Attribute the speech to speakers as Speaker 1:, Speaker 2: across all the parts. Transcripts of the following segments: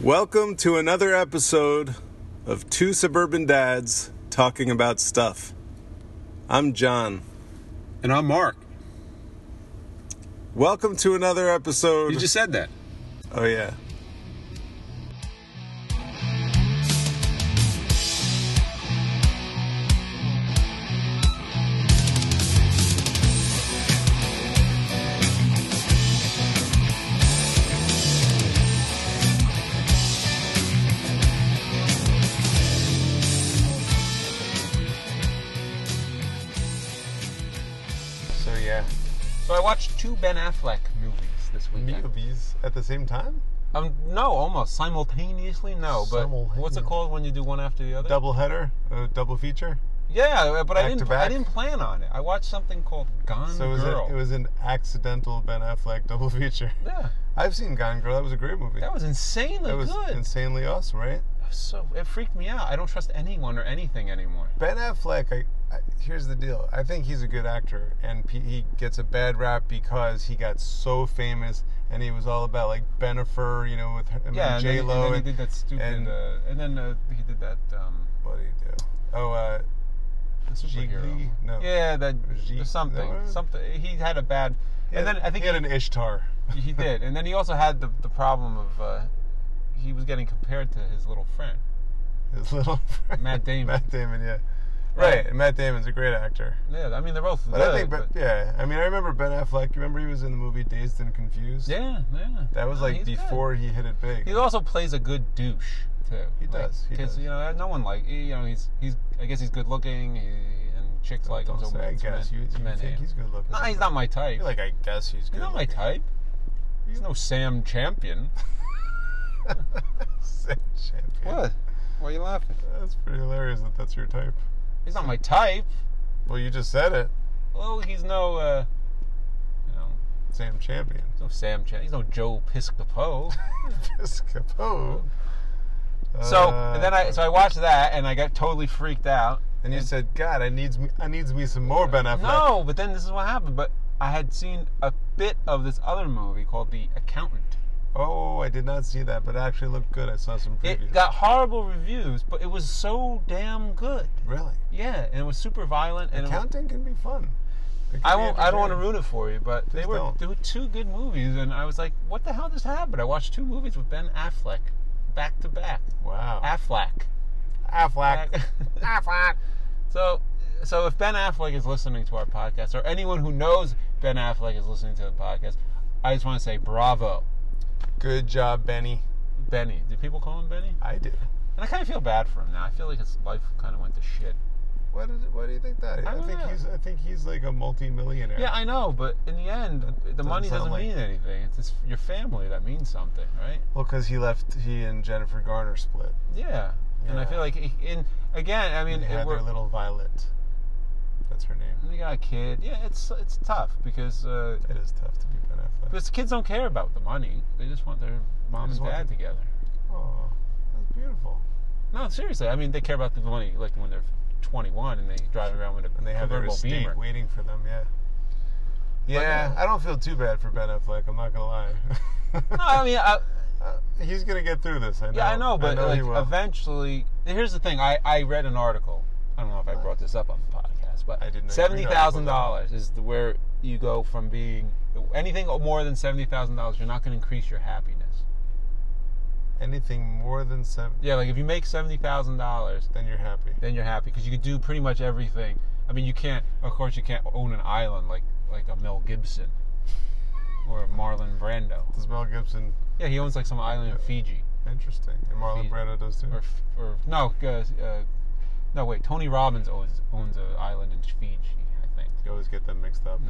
Speaker 1: Welcome to another episode of Two Suburban Dads Talking About Stuff. I'm John.
Speaker 2: And I'm Mark.
Speaker 1: Welcome to another episode.
Speaker 2: You just said that.
Speaker 1: oh, yeah.
Speaker 3: So yeah,
Speaker 2: So I watched two Ben Affleck movies this weekend.
Speaker 3: movies at the same time,
Speaker 2: Um, no, almost simultaneously. No, but what's
Speaker 3: Simultaneous.
Speaker 2: it called when you do one after the other?
Speaker 3: double header, uh, double feature.
Speaker 2: Yeah, but I
Speaker 3: Back to
Speaker 2: didn't. I
Speaker 3: back?
Speaker 2: didn't plan on it. I watched something called Gone
Speaker 3: So it was,
Speaker 2: Girl.
Speaker 3: a, it was an accidental Ben Affleck double feature.
Speaker 2: yeah,
Speaker 3: I've seen Gone Girl. That was a great movie.
Speaker 2: that was insanely
Speaker 3: That was
Speaker 2: good.
Speaker 3: insanely awesome, right?
Speaker 2: so it freaked me out. I don't trust anyone or anything anymore.
Speaker 3: Ben Affleck. I, I, here's the deal. I think he's a good actor, and P, he gets a bad rap because he got so famous, and he was all about like Benifer, you know, with him
Speaker 2: yeah,
Speaker 3: and
Speaker 2: and
Speaker 3: J
Speaker 2: then, and
Speaker 3: Lo.
Speaker 2: then he did that stupid.
Speaker 3: and-
Speaker 2: uh, and then uh, he did that. Um,
Speaker 3: what did he do? Oh, uh,
Speaker 2: the superhero.
Speaker 3: Gigli? No.
Speaker 2: Yeah, that
Speaker 3: Gig-
Speaker 2: the something.
Speaker 3: no.
Speaker 2: Something. He had a bad. and then I think
Speaker 3: he had an Ishtar.
Speaker 2: he did, and then he also had the, the problem of uh, he was getting compared to his little friend.
Speaker 3: His little friend.
Speaker 2: Matt Damon.
Speaker 3: Matt Damon, yeah.
Speaker 2: Right.
Speaker 3: And Matt Damon's a great actor.
Speaker 2: Yeah, I mean they're both
Speaker 3: But
Speaker 2: good.
Speaker 3: I think, but,
Speaker 2: but-
Speaker 3: yeah, I mean, I remember Ben Affleck. Remember he was in the movie Dazed and Confused?
Speaker 2: yeah, yeah.
Speaker 3: That was
Speaker 2: No,
Speaker 3: like
Speaker 2: he's good.
Speaker 3: before he hit it big.
Speaker 2: He also plays a good douche too.
Speaker 3: He
Speaker 2: Like,
Speaker 3: does, he
Speaker 2: 'cause,
Speaker 3: does.
Speaker 2: you know no one like you know he's he's I guess he's good looking he, and chicks like him.
Speaker 3: Don't
Speaker 2: So
Speaker 3: say, I
Speaker 2: it's
Speaker 3: guess.
Speaker 2: men-
Speaker 3: You,
Speaker 2: it's
Speaker 3: you
Speaker 2: men
Speaker 3: think
Speaker 2: him.
Speaker 3: he's good looking?
Speaker 2: No, he's not my
Speaker 3: I
Speaker 2: type.
Speaker 3: feel like, I guess he's good
Speaker 2: he's not my
Speaker 3: looking.
Speaker 2: type. He's no Sam Champion.
Speaker 3: Said champion.
Speaker 2: Why are you laughing?
Speaker 3: That's pretty hilarious that that's your type.
Speaker 2: He's not my type.
Speaker 3: Well, you just said it.
Speaker 2: Well, he's no, uh, you know,
Speaker 3: Sam Champion.
Speaker 2: he's no Sam Champion. He's no Joe Piscopo.
Speaker 3: Piscopo.
Speaker 2: So
Speaker 3: Uh,
Speaker 2: and then I so I watched that and I got totally freaked out.
Speaker 3: And you said, God, I needs me, I needs me some more Ben Affleck.
Speaker 2: No, but then this is what happened. But I had seen a bit of this other movie called The Accountant.
Speaker 3: Oh, I did not see that, but it actually looked good. I saw some previews.
Speaker 2: It got horrible reviews, but it was so damn good.
Speaker 3: really.
Speaker 2: Yeah, and it was super violent. And it was,
Speaker 3: Accounting can be fun. It can
Speaker 2: I
Speaker 3: be
Speaker 2: won't. I don't want to
Speaker 3: entertaining.
Speaker 2: ruin it for you, but they
Speaker 3: Please
Speaker 2: were
Speaker 3: don't.
Speaker 2: they were two good movies, and I was like, what the hell just happened? I watched two movies with Ben Affleck, back to back.
Speaker 3: Wow.
Speaker 2: Affleck.
Speaker 3: Affleck. Affleck.
Speaker 2: So, so if Ben Affleck is listening to our podcast, or anyone who knows Ben Affleck is listening to the podcast, I just want to say bravo,
Speaker 3: Good job, Benny.
Speaker 2: Benny. Do people call him Benny?
Speaker 3: I do.
Speaker 2: And I kind of feel bad for him now. I feel like his life kind of went to shit.
Speaker 3: What, is, what do you think that is?
Speaker 2: I
Speaker 3: I,
Speaker 2: don't
Speaker 3: think
Speaker 2: know.
Speaker 3: he's. I think he's like a multi-millionaire.
Speaker 2: Yeah, I know, but in the end, the
Speaker 3: doesn't
Speaker 2: money
Speaker 3: sound
Speaker 2: doesn't
Speaker 3: like-
Speaker 2: mean anything. It's just your family that means something, right?
Speaker 3: Well, because he left. He and Jennifer Garner split.
Speaker 2: Yeah. And I
Speaker 3: Yeah.
Speaker 2: feel like, he- and again, I mean,
Speaker 3: And they
Speaker 2: it,
Speaker 3: had
Speaker 2: we're,
Speaker 3: their little Violet. That's her name.
Speaker 2: they got a kid. Yeah, it's it's tough because uh,
Speaker 3: It is tough to be Ben Affleck.
Speaker 2: because kids don't care about the money. They just want their mom
Speaker 3: just
Speaker 2: and
Speaker 3: want
Speaker 2: dad
Speaker 3: the-
Speaker 2: together.
Speaker 3: oh, that's beautiful.
Speaker 2: No, seriously. I mean, they care about the money, like when they're 21 and they drive around with a
Speaker 3: And they have their
Speaker 2: convertible
Speaker 3: estate
Speaker 2: beamer.
Speaker 3: waiting for them. Yeah. Yeah,
Speaker 2: uh,
Speaker 3: I don't feel too bad for Ben Affleck. I'm not gonna lie.
Speaker 2: No, I mean, I,
Speaker 3: Uh, he's gonna get through this. I know.
Speaker 2: yeah, I know, but
Speaker 3: he
Speaker 2: like
Speaker 3: will.
Speaker 2: eventually, here's the thing. I I read an article. I don't know if I brought this up on the podcast, but
Speaker 3: I did not
Speaker 2: seventy
Speaker 3: read
Speaker 2: thousand
Speaker 3: articles.
Speaker 2: dollars is the, where you go from being anything more than seventy thousand dollars. You're not going to increase your happiness.
Speaker 3: anything more than seven,
Speaker 2: Yeah, like if you make seventy thousand dollars,
Speaker 3: then you're happy.
Speaker 2: then you're happy because you could do pretty much everything. I mean, you can't. Of course, you can't own an island like like a Mel Gibson or a Marlon Brando.
Speaker 3: Does Mel Gibson
Speaker 2: Yeah, he owns like some island in Fiji
Speaker 3: interesting? And Marlon
Speaker 2: Feed-
Speaker 3: Brando does too.
Speaker 2: or or no, uh, uh, no wait, Tony Robbins owns owns an island in Fiji, I think.
Speaker 3: You always get them mixed up.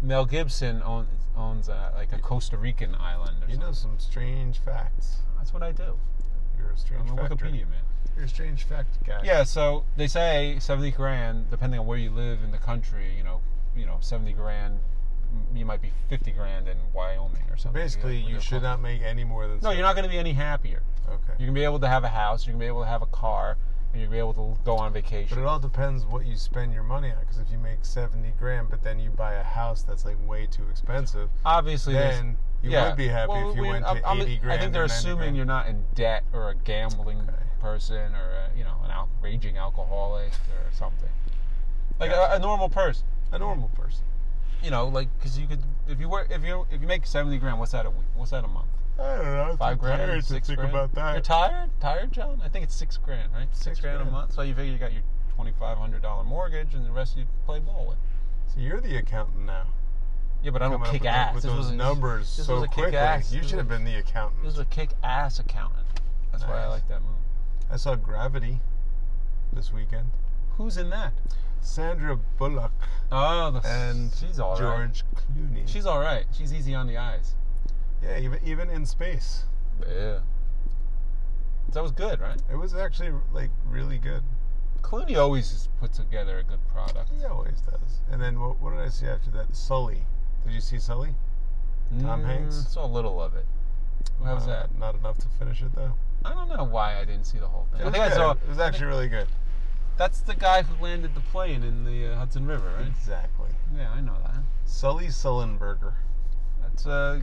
Speaker 2: Mel Gibson owns owns uh, like a Costa Rican island. Or
Speaker 3: You know some
Speaker 2: something.
Speaker 3: strange facts.
Speaker 2: that's what I do.
Speaker 3: You're a strange
Speaker 2: I'm a
Speaker 3: factor.
Speaker 2: Wikipedia man.
Speaker 3: You're a strange fact guy.
Speaker 2: Yeah, so they say seventy grand, depending on where you live in the country. You know, you know, seventy grand. m- You might be fifty grand in Wyoming or something.
Speaker 3: Basically,
Speaker 2: Yeah,
Speaker 3: you
Speaker 2: whatever.
Speaker 3: should not make any more than.
Speaker 2: No, you're not going to be any happier.
Speaker 3: Okay.
Speaker 2: You're going to be able to have a house. You're going to be able to have a car, and you're going to be able to go on
Speaker 3: But
Speaker 2: vacation.
Speaker 3: it all depends what you spend your money on. Because if you make seventy grand, but then you buy a house that's like way too expensive,
Speaker 2: Obviously, there's
Speaker 3: then You would be happy
Speaker 2: Well,
Speaker 3: if you
Speaker 2: we-
Speaker 3: went to
Speaker 2: I'm- I'm-
Speaker 3: 80 grand. uh,
Speaker 2: I think they're
Speaker 3: or 90
Speaker 2: assuming
Speaker 3: grand.
Speaker 2: you're not in debt or a gambling person or a, you know an al- raging alcoholic or something. Like
Speaker 3: Gotcha.
Speaker 2: a, a normal person,
Speaker 3: a normal person.
Speaker 2: you know, like because you could if you were if you if you make seventy grand, what's that a week? What's that a month?
Speaker 3: I don't know.
Speaker 2: Five
Speaker 3: I'm
Speaker 2: grand,
Speaker 3: tired to
Speaker 2: six
Speaker 3: think
Speaker 2: grand.
Speaker 3: about that.
Speaker 2: You're tired, tired, John. I think it's six grand, right? Six,
Speaker 3: Six
Speaker 2: grand, a
Speaker 3: grand.
Speaker 2: month. So you figure you got your twenty five hundred dollar mortgage, and the rest you play ball with.
Speaker 3: so you're the accountant now.
Speaker 2: Yeah, but I don't
Speaker 3: Coming up
Speaker 2: kick
Speaker 3: with, the-
Speaker 2: ass.
Speaker 3: with
Speaker 2: This
Speaker 3: those
Speaker 2: was a-
Speaker 3: numbers
Speaker 2: this
Speaker 3: so
Speaker 2: was a
Speaker 3: quickly.
Speaker 2: kick-ass.
Speaker 3: You
Speaker 2: This
Speaker 3: should
Speaker 2: was-
Speaker 3: have been the accountant.
Speaker 2: This is a kick ass accountant. That's why I
Speaker 3: Nice.
Speaker 2: like that movie.
Speaker 3: I saw Gravity this weekend.
Speaker 2: Who's in that?
Speaker 3: Sandra Bullock
Speaker 2: Oh, the
Speaker 3: and
Speaker 2: she's all right.
Speaker 3: George Clooney.
Speaker 2: She's all right. She's easy on the eyes.
Speaker 3: yeah, even even in space,
Speaker 2: Yeah. That was good, right?
Speaker 3: it was actually like really good.
Speaker 2: Clooney always just puts together a good product.
Speaker 3: He always does. And then what, what did I see after that? Sully. Did you see Sully? Tom Hanks?
Speaker 2: Saw Mm, a little of it. How was
Speaker 3: Uh,
Speaker 2: that?
Speaker 3: Not enough to finish it though.
Speaker 2: I don't know why I didn't see the whole thing.
Speaker 3: It
Speaker 2: I
Speaker 3: was
Speaker 2: think I
Speaker 3: good.
Speaker 2: saw.
Speaker 3: It was actually really good.
Speaker 2: That's the guy who landed the plane in the uh, Hudson River, right?
Speaker 3: Exactly.
Speaker 2: Yeah, I know that.
Speaker 3: Sully Sullenberger.
Speaker 2: That's uh,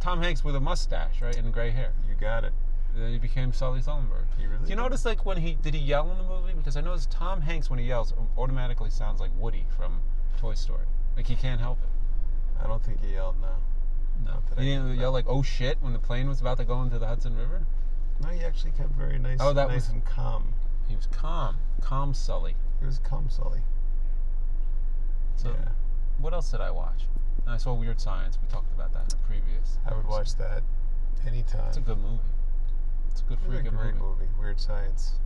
Speaker 2: Tom Hanks with a mustache, right, and gray hair.
Speaker 3: You got it.
Speaker 2: Then he became Sully Sullenberg.
Speaker 3: You really
Speaker 2: Do you
Speaker 3: did.
Speaker 2: notice like when he did he yell in the movie? Because I noticed Tom Hanks when he yells automatically sounds like Woody from Toy Story. Like he can't help it.
Speaker 3: I don't think he yelled no.
Speaker 2: No,
Speaker 3: Not that I
Speaker 2: he
Speaker 3: can
Speaker 2: didn't yell like "Oh shit" when the plane was about to go into the Hudson River.
Speaker 3: No, he actually kept very nice.
Speaker 2: Oh, that
Speaker 3: nice
Speaker 2: was-
Speaker 3: and calm.
Speaker 2: He was calm, calm Sully.
Speaker 3: He was calm, Sully.
Speaker 2: So
Speaker 3: yeah,
Speaker 2: what else did I watch? I saw Weird Science. We talked about that in a previous.
Speaker 3: I would
Speaker 2: episode.
Speaker 3: watch that anytime.
Speaker 2: It's a good movie. It's a good
Speaker 3: It was a
Speaker 2: freaking
Speaker 3: great
Speaker 2: movie.
Speaker 3: movie. Weird Science.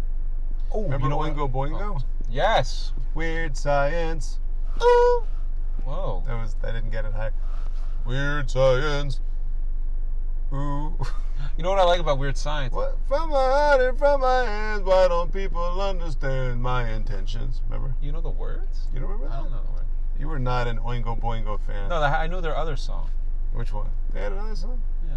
Speaker 2: Oh,
Speaker 3: Remember
Speaker 2: what- Oh.
Speaker 3: Oingo Boingo?
Speaker 2: Yes.
Speaker 3: Weird Science.
Speaker 2: Whoa.
Speaker 3: That was. I didn't get it high. Weird Science. Ooh.
Speaker 2: You know what I like about Weird Science?
Speaker 3: What? From my heart and from my hands, why don't people understand my intentions? Remember?
Speaker 2: You know the words?
Speaker 3: You don't remember that?
Speaker 2: I don't know the words.
Speaker 3: You were not an Oingo Boingo fan.
Speaker 2: No, I know their other song.
Speaker 3: Which one? They had another song?
Speaker 2: Yeah.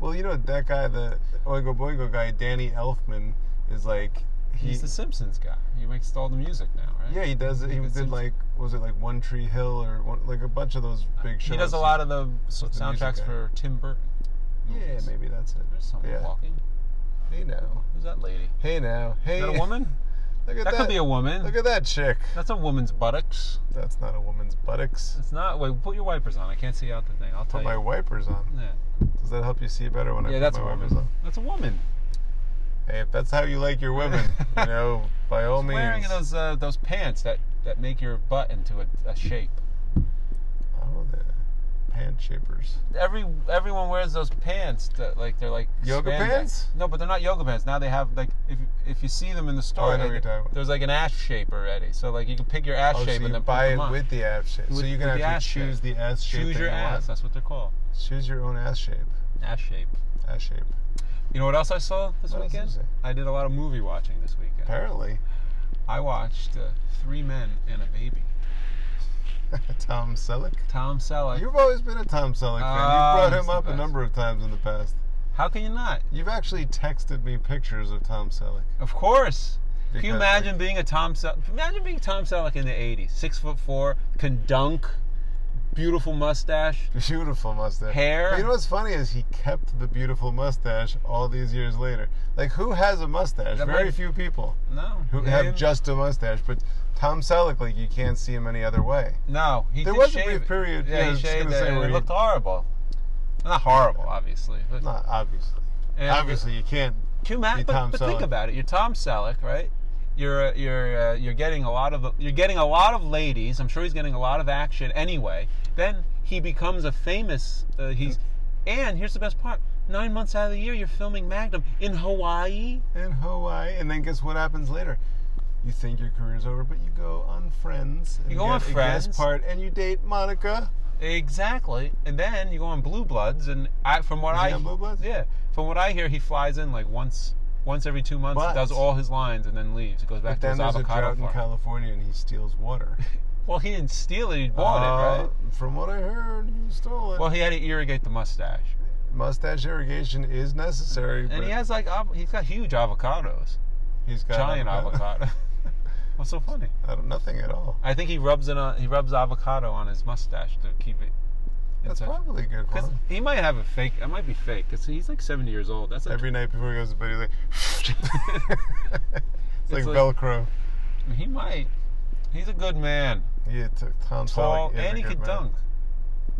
Speaker 3: Well, you know that guy, the Oingo Boingo guy, Danny Elfman, is like he,
Speaker 2: He's the Simpsons guy. He makes all the music now, right?
Speaker 3: yeah he does it. He
Speaker 2: He's the
Speaker 3: did
Speaker 2: Simpsons-
Speaker 3: like was it like One Tree Hill or one, like a bunch of those big shows.
Speaker 2: He does a lot of the s-
Speaker 3: He's the
Speaker 2: soundtracks
Speaker 3: music guy.
Speaker 2: for Tim Burton.
Speaker 3: yeah,
Speaker 2: movies.
Speaker 3: maybe that's it.
Speaker 2: There's someone
Speaker 3: Yeah.
Speaker 2: walking.
Speaker 3: Hey now,
Speaker 2: Who's that lady?
Speaker 3: hey now, hey.
Speaker 2: Is that a woman?
Speaker 3: Look at
Speaker 2: that could be a woman.
Speaker 3: Look at that chick.
Speaker 2: That's a woman's buttocks.
Speaker 3: That's not a woman's buttocks.
Speaker 2: It's not. Wait, put your wipers on. I can't see out the thing. I'll tell
Speaker 3: Put my
Speaker 2: you.
Speaker 3: wipers on.
Speaker 2: yeah,
Speaker 3: Does that help you see better when I
Speaker 2: yeah
Speaker 3: put
Speaker 2: that's a
Speaker 3: my wipers
Speaker 2: woman.
Speaker 3: on?
Speaker 2: That's a woman.
Speaker 3: Hey, if that's how you like your women, you know, by all means.
Speaker 2: Wearing those uh, those pants that that make your butt into a, a shape.
Speaker 3: Oh, the pant shapers.
Speaker 2: Every everyone wears those pants that like they're like
Speaker 3: Yoga
Speaker 2: spandex.
Speaker 3: pants?
Speaker 2: No, but they're not yoga pants. Now they have like if if you see them in the store,
Speaker 3: Oh, I know what you're talking about.
Speaker 2: there's like an ass shape already. So like you can pick your ass
Speaker 3: Oh,
Speaker 2: shape
Speaker 3: so
Speaker 2: and
Speaker 3: you
Speaker 2: then
Speaker 3: buy
Speaker 2: put
Speaker 3: it
Speaker 2: them on.
Speaker 3: with the ass shape.
Speaker 2: With-
Speaker 3: so you
Speaker 2: with
Speaker 3: can actually
Speaker 2: the ass
Speaker 3: choose the ass shape.
Speaker 2: Choose
Speaker 3: that
Speaker 2: your
Speaker 3: you want.
Speaker 2: ass. That's what they're called.
Speaker 3: Choose your own ass shape.
Speaker 2: Ass shape.
Speaker 3: Ass shape.
Speaker 2: You know what else I saw this
Speaker 3: What else
Speaker 2: weekend?
Speaker 3: is it?
Speaker 2: I did a lot of movie watching this weekend.
Speaker 3: Apparently,
Speaker 2: I watched uh, Three Men and a Baby.
Speaker 3: Tom Selleck.
Speaker 2: Tom Selleck.
Speaker 3: You've always been a Tom Selleck fan.
Speaker 2: Ah,
Speaker 3: You've brought
Speaker 2: he's
Speaker 3: him
Speaker 2: the
Speaker 3: up a
Speaker 2: best.
Speaker 3: number of times in the past.
Speaker 2: How can you not?
Speaker 3: You've actually texted me pictures of Tom Selleck.
Speaker 2: Of course. can
Speaker 3: Because,
Speaker 2: you
Speaker 3: like-
Speaker 2: imagine being a Tom Selleck? Imagine being Tom Selleck in the '80s, six foot four, can dunk, beautiful mustache.
Speaker 3: Beautiful mustache.
Speaker 2: Hair.
Speaker 3: But you know what's funny is he kept the beautiful mustache all these years later. Like who has a mustache?
Speaker 2: That
Speaker 3: Very
Speaker 2: might-
Speaker 3: few people
Speaker 2: No,
Speaker 3: who
Speaker 2: him?
Speaker 3: have just a mustache. But Tom Selleck, like you can't see him any other way.
Speaker 2: no. He
Speaker 3: There
Speaker 2: did
Speaker 3: was a
Speaker 2: shave
Speaker 3: brief
Speaker 2: it.
Speaker 3: period, yeah,
Speaker 2: Yeah,
Speaker 3: I
Speaker 2: he
Speaker 3: was just
Speaker 2: shaved
Speaker 3: gonna
Speaker 2: it.
Speaker 3: say,
Speaker 2: and
Speaker 3: where
Speaker 2: It
Speaker 3: he-
Speaker 2: looked horrible. Not horrible, obviously. But
Speaker 3: Not obviously.
Speaker 2: and-
Speaker 3: Obviously, you can't.
Speaker 2: Can you imagine?
Speaker 3: Be Tom
Speaker 2: But, but think
Speaker 3: Selleck.
Speaker 2: about it. You're Tom Selleck, right? You're uh, you're uh, you're getting a lot of you're getting a lot of ladies. I'm sure he's getting a lot of action anyway. Then he becomes a famous. Uh, he's and here's the best part: nine months out of the year, you're filming Magnum in Hawaii.
Speaker 3: in Hawaii, and then guess what happens later? You think your career's over, but you go on Friends. And
Speaker 2: You go on
Speaker 3: get a
Speaker 2: Friends.
Speaker 3: guest part, and you date Monica.
Speaker 2: Exactly. And then you go on Blue Bloods, and I, from what
Speaker 3: Is he
Speaker 2: I
Speaker 3: on Blue Bloods?
Speaker 2: yeah, from what I hear, he flies in like once once every two months,
Speaker 3: But-
Speaker 2: does all his lines, and then leaves. It goes
Speaker 3: But
Speaker 2: back to
Speaker 3: then
Speaker 2: his
Speaker 3: there's a
Speaker 2: avocado
Speaker 3: drought in
Speaker 2: farm.
Speaker 3: California, and he steals water.
Speaker 2: well, he didn't steal it; he bought it, right?
Speaker 3: Uh, From what I heard, he stole it.
Speaker 2: Well, he had to irrigate the mustache.
Speaker 3: Mustache irrigation is necessary, but
Speaker 2: And he has like av- he's got huge avocados,
Speaker 3: he's got
Speaker 2: giant avocado. What's so funny?
Speaker 3: I don't- nothing at all.
Speaker 2: I think he rubs it on he rubs avocado on his mustache to keep it
Speaker 3: That's
Speaker 2: such-
Speaker 3: probably good for
Speaker 2: Cause
Speaker 3: him.
Speaker 2: he might have a fake. It might be fake. Cause he's like seventy years old. That's like,
Speaker 3: Every night before he goes to bed, he's like, it's, like,
Speaker 2: It's like-
Speaker 3: Velcro.
Speaker 2: he might. He's a good man.
Speaker 3: Yeah, t- Tom
Speaker 2: Tall
Speaker 3: Selleck is
Speaker 2: and
Speaker 3: a
Speaker 2: he
Speaker 3: good
Speaker 2: could
Speaker 3: man.
Speaker 2: dunk.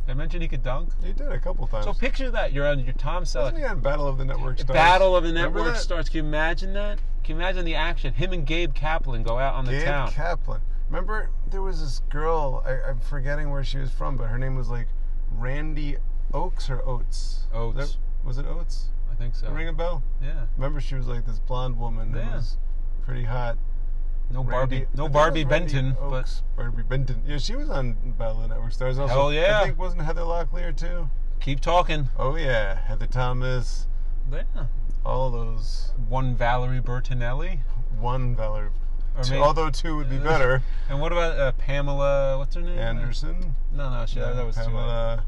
Speaker 2: Did I mention he could dunk?
Speaker 3: He did a couple times.
Speaker 2: So picture that you're on your Tom
Speaker 3: Wasn't
Speaker 2: Selleck
Speaker 3: he on Battle of the Network Stars?
Speaker 2: Battle of the
Speaker 3: Remember
Speaker 2: Network
Speaker 3: that?
Speaker 2: starts. Can you imagine that? Can you imagine the action? Him and Gabe Kaplan go out on the
Speaker 3: Gabe
Speaker 2: town.
Speaker 3: Kaplan. Remember, there was this girl. I, I'm forgetting where she was from, but her name was like Randy Oaks or Oates.
Speaker 2: Oates.
Speaker 3: That- was it Oates?
Speaker 2: I think so.
Speaker 3: Ring a bell?
Speaker 2: Yeah.
Speaker 3: Remember, she was like this blonde woman that
Speaker 2: Yeah.
Speaker 3: was pretty hot.
Speaker 2: No Barbie.
Speaker 3: Randy- I
Speaker 2: no
Speaker 3: think it
Speaker 2: Barbie
Speaker 3: was Randy
Speaker 2: Benton.
Speaker 3: Oakes. Barbie Benton. Yeah, she was on Battle of the Network Stars. Also,
Speaker 2: Hell yeah.
Speaker 3: I think wasn't Heather Locklear too?
Speaker 2: But keep talking.
Speaker 3: Oh yeah, Heather Thomas.
Speaker 2: Yeah.
Speaker 3: All those
Speaker 2: One Valerie Bertinelli.
Speaker 3: one Valor.
Speaker 2: Or
Speaker 3: Two,
Speaker 2: maybe-
Speaker 3: although two would be better.
Speaker 2: And what about uh, Pamela? What's her name?
Speaker 3: Anderson.
Speaker 2: No, no, she, that was too late.
Speaker 3: Pamela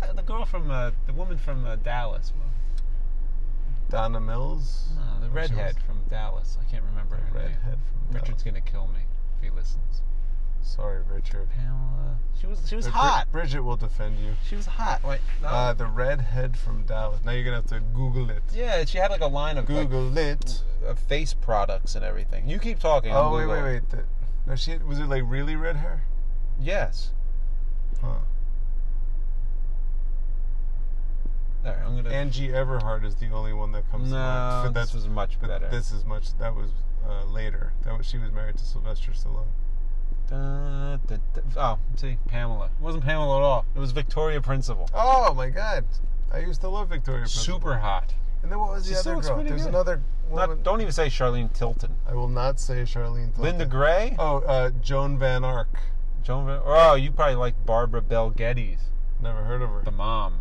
Speaker 2: The- The girl from uh, the woman from uh, Dallas.
Speaker 3: Donna Mills.
Speaker 2: No, the
Speaker 3: Or she
Speaker 2: redhead from Dallas. I can't remember
Speaker 3: was
Speaker 2: her name.
Speaker 3: Redhead from
Speaker 2: Richard's
Speaker 3: Dallas.
Speaker 2: gonna kill me if he listens.
Speaker 3: Sorry, Richard.
Speaker 2: Pamela. She was. She was
Speaker 3: But Brid-
Speaker 2: hot.
Speaker 3: Bridget will defend you.
Speaker 2: She was hot. Wait. No.
Speaker 3: Uh, the redhead from Dallas. Now you're gonna have to Google it.
Speaker 2: oh, yeah, she had like a line of like,
Speaker 3: Google it.
Speaker 2: of face products and everything. You keep talking.
Speaker 3: Oh
Speaker 2: I'll
Speaker 3: wait, wait,
Speaker 2: Google it.
Speaker 3: wait. The, no, she was it like really red hair?
Speaker 2: Yes.
Speaker 3: Huh.
Speaker 2: All right, I'm gonna.
Speaker 3: Angie Everhart is the only one that comes. to mind.
Speaker 2: no,
Speaker 3: But
Speaker 2: this was much
Speaker 3: but
Speaker 2: better.
Speaker 3: This is much. That was uh, later. That was she was married to Sylvester Stallone.
Speaker 2: Da, da, da- Oh, see, Pamela. It wasn't Pamela at all. It was Victoria Principal.
Speaker 3: Oh my God! I used to love Victoria. Principal.
Speaker 2: Super hot.
Speaker 3: And then what was the
Speaker 2: She still
Speaker 3: other
Speaker 2: looks
Speaker 3: girl?
Speaker 2: pretty
Speaker 3: There's
Speaker 2: good.
Speaker 3: another
Speaker 2: Not-
Speaker 3: woman.
Speaker 2: don't even say Charlene Tilton.
Speaker 3: I will not say Charlene. Tilton.
Speaker 2: Linda Gray.
Speaker 3: Oh, uh, Joan Van Ark.
Speaker 2: Joan. Van- Oh, you probably like Barbara Bel Geddes,
Speaker 3: Never heard of her.
Speaker 2: the mom.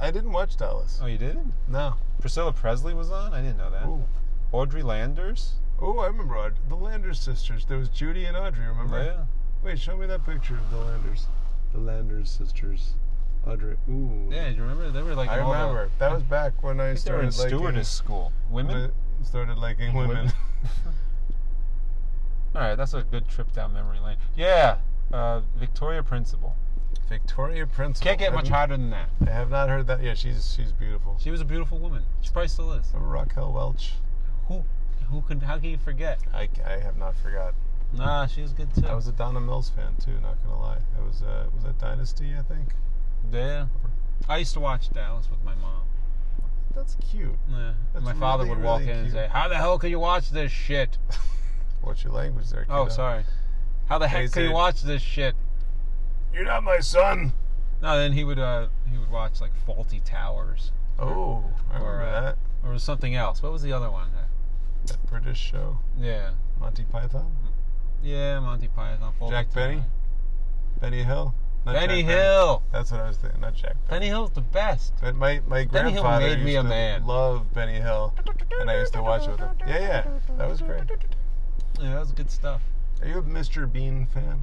Speaker 3: I didn't watch Dallas.
Speaker 2: Oh, you didn't?
Speaker 3: No.
Speaker 2: Priscilla Presley was on. I didn't know that.
Speaker 3: Ooh.
Speaker 2: Audrey Landers.
Speaker 3: Oh, I remember Aud the Landers sisters. There was Judy and Audrey. Remember?
Speaker 2: Yeah.
Speaker 3: Wait, show me that picture of the Landers. The Landers sisters. Audrey. Ooh.
Speaker 2: Yeah, you remember they were like.
Speaker 3: I
Speaker 2: all the-
Speaker 3: remember. That was back when I,
Speaker 2: I think they were in
Speaker 3: started liking
Speaker 2: stewardess school. Women.
Speaker 3: when I started liking women.
Speaker 2: All right, that's a good trip down memory lane. Yeah, uh, Victoria Principal.
Speaker 3: Victoria Principal.
Speaker 2: Can't get much
Speaker 3: I
Speaker 2: hotter than that.
Speaker 3: haven't- I have not heard that. Yeah, she's she's beautiful.
Speaker 2: She was a beautiful woman. She probably still is.
Speaker 3: Remember Raquel Welch.
Speaker 2: Who, who can? How can you forget?
Speaker 3: I, I have not forgot.
Speaker 2: Nah, she was good too.
Speaker 3: I was a Donna Mills fan too. Not gonna lie. That was uh, was that Dynasty? I think.
Speaker 2: yeah. I used to watch Dallas with my mom.
Speaker 3: That's cute.
Speaker 2: Yeah.
Speaker 3: That's
Speaker 2: my father
Speaker 3: really,
Speaker 2: would walk
Speaker 3: really
Speaker 2: in and
Speaker 3: cute.
Speaker 2: say, "How the hell can you watch this shit?"
Speaker 3: What's your language there?
Speaker 2: Oh,
Speaker 3: kiddo?
Speaker 2: sorry. How the heck
Speaker 3: Hey,
Speaker 2: can you
Speaker 3: dude.
Speaker 2: watch this shit?
Speaker 3: You're not my son.
Speaker 2: No, then he would uh he would watch like Faulty Towers
Speaker 3: Oh, I
Speaker 2: Or,
Speaker 3: remember
Speaker 2: uh,
Speaker 3: that.
Speaker 2: or something else. What was the other one?
Speaker 3: That British show,
Speaker 2: Yeah.
Speaker 3: Monty Python,
Speaker 2: Yeah, Monty Python. Faulty
Speaker 3: Jack Benny,
Speaker 2: Towers.
Speaker 3: Benny Hill, Not
Speaker 2: Benny
Speaker 3: Jack
Speaker 2: Hill.
Speaker 3: That's what I was thinking. Not Jack. Benny.
Speaker 2: Benny Hill's the best.
Speaker 3: But my my
Speaker 2: Benny Hill
Speaker 3: grandfather
Speaker 2: made me
Speaker 3: used
Speaker 2: a
Speaker 3: to
Speaker 2: man.
Speaker 3: love Benny Hill, and I used to watch it with him. Yeah, yeah, that was great.
Speaker 2: Yeah, that was good stuff.
Speaker 3: Are you a Mr. Bean fan?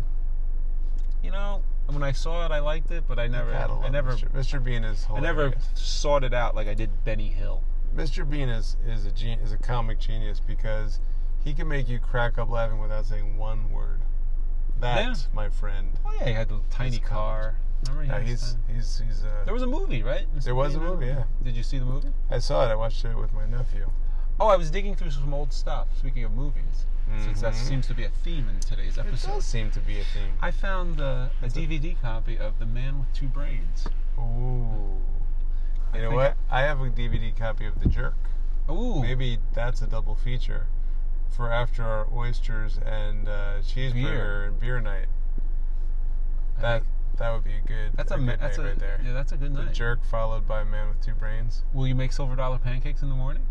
Speaker 2: You know, when I saw it, I liked it, but I never,
Speaker 3: Gotta
Speaker 2: I
Speaker 3: love
Speaker 2: never,
Speaker 3: Mr. Mr. Bean is
Speaker 2: I
Speaker 3: hilarious.
Speaker 2: never sought it out like I did Benny Hill.
Speaker 3: Mr. Bean is is a gen- is a comic genius because he can make you crack up laughing without saying one word. That,
Speaker 2: Yeah.
Speaker 3: my friend.
Speaker 2: Oh yeah, he had the tiny
Speaker 3: His
Speaker 2: car. Remember? he
Speaker 3: Yeah,
Speaker 2: had his
Speaker 3: he's
Speaker 2: tiny-
Speaker 3: he's he's a.
Speaker 2: There was a movie, right? Mr.
Speaker 3: There was a
Speaker 2: Bean?
Speaker 3: movie, yeah.
Speaker 2: Did you see the movie?
Speaker 3: I saw it. I watched it with my nephew.
Speaker 2: Oh, I was digging through some old stuff. Speaking of movies, since that
Speaker 3: Mhm.
Speaker 2: seems to be a theme in today's
Speaker 3: It
Speaker 2: episode,
Speaker 3: does seem to be a theme.
Speaker 2: I found uh, a DVD copy of The Man with Two Brains.
Speaker 3: Ooh. You know
Speaker 2: think
Speaker 3: what? I have a DVD copy of The Jerk.
Speaker 2: Ooh,
Speaker 3: Maybe that's a double feature for after our oysters and uh, cheeseburger
Speaker 2: Beer.
Speaker 3: and beer night.
Speaker 2: I
Speaker 3: That
Speaker 2: think
Speaker 3: that would be a good
Speaker 2: that's a,
Speaker 3: a,
Speaker 2: ma-
Speaker 3: good
Speaker 2: that's
Speaker 3: night
Speaker 2: a
Speaker 3: right there.
Speaker 2: yeah, that's a good
Speaker 3: the
Speaker 2: night.
Speaker 3: Jerk followed by Man with Two Brains.
Speaker 2: Will you make silver dollar pancakes in the morning?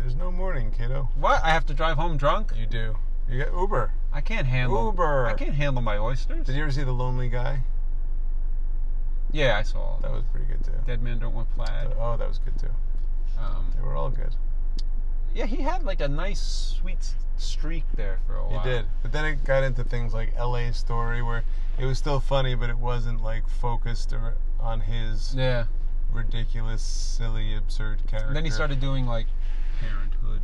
Speaker 3: There's no morning, kiddo.
Speaker 2: What? I have to drive home drunk?
Speaker 3: You do. You got Uber.
Speaker 2: I can't handle.
Speaker 3: Uber.
Speaker 2: I can't handle my oysters.
Speaker 3: Did you ever see The Lonely Guy?
Speaker 2: Yeah, I saw all
Speaker 3: That
Speaker 2: that.
Speaker 3: was pretty good too.
Speaker 2: Dead men don't want plaid.
Speaker 3: Oh, that was good too.
Speaker 2: Um,
Speaker 3: They were all good.
Speaker 2: yeah, he had like a nice sweet s- streak there for a
Speaker 3: He
Speaker 2: while.
Speaker 3: did. But then it got into things like LA Story where it was still funny but it wasn't like focused or on his
Speaker 2: Yeah.
Speaker 3: ridiculous, silly, absurd character.
Speaker 2: And then he started doing like Parenthood.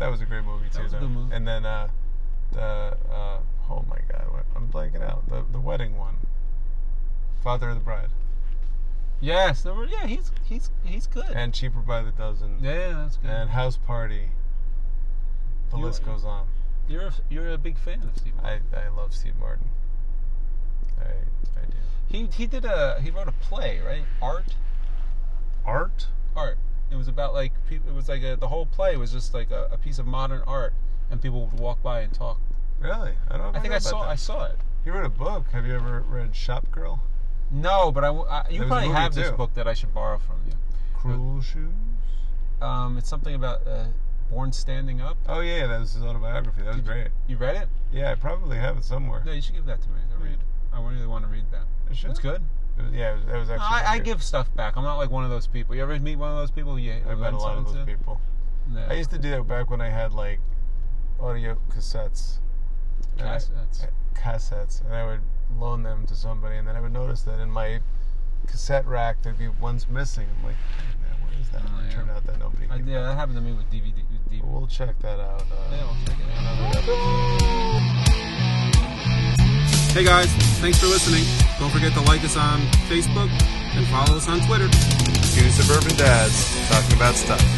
Speaker 3: That was a great movie too
Speaker 2: was a
Speaker 3: though.
Speaker 2: good movie.
Speaker 3: And then uh the uh oh my god, what- I'm blanking out. The the wedding one. Father of the Bride.
Speaker 2: Yes, there were, yeah, he's he's he's good.
Speaker 3: and Cheaper by the Dozen,
Speaker 2: yeah, that's good.
Speaker 3: and House Party. The
Speaker 2: You-
Speaker 3: list goes on.
Speaker 2: you're a, you're a big fan of Steve.
Speaker 3: I,
Speaker 2: Martin.
Speaker 3: I love Steve Martin. I I do.
Speaker 2: he he did a he wrote a play, right? Art,
Speaker 3: Art?
Speaker 2: art. It was about like peop it was like a, the whole play was just like a, a piece of modern art, and people would walk by and talk.
Speaker 3: Really? I don't.
Speaker 2: I think I saw I saw it.
Speaker 3: He wrote a book. Have you ever read Shop Girl?
Speaker 2: No, but I, w- I-
Speaker 3: There
Speaker 2: you
Speaker 3: was a
Speaker 2: probably
Speaker 3: movie,
Speaker 2: have this
Speaker 3: too.
Speaker 2: book that I should borrow from you.
Speaker 3: Cruel Shoes.
Speaker 2: Um, it's something about uh, Born Standing Up.
Speaker 3: Oh yeah, that was his autobiography. That was great.
Speaker 2: You read it?
Speaker 3: Yeah, I probably have it somewhere.
Speaker 2: No, you should give that to me to read. I really want to read that.
Speaker 3: I should.
Speaker 2: It's good.
Speaker 3: It was, yeah, it was, that was actually.
Speaker 2: I, I
Speaker 3: good.
Speaker 2: give stuff back. I'm not like one of those people. You ever meet one of those people? Yeah,
Speaker 3: I met a lot of those people.
Speaker 2: No.
Speaker 3: I used to do that back when I had like audio cassettes. And I-
Speaker 2: Cassettes.
Speaker 3: cassettes, and I would loan them to somebody, and then I would notice that in my cassette rack there'd be one's missing. I'm like, "Hey, man, what is that?
Speaker 2: Oh,
Speaker 3: And it
Speaker 2: yeah.
Speaker 3: turned out that nobody.
Speaker 2: I,
Speaker 3: could-
Speaker 2: yeah, that happened to me with DVD. With DVD.
Speaker 3: We'll check that out. Uh,
Speaker 2: Yeah, we'll check it out.
Speaker 3: another episode.
Speaker 1: Hey guys, thanks for listening. Don't forget to like us on Facebook and follow us on Twitter. Two Suburban Dads talking about stuff.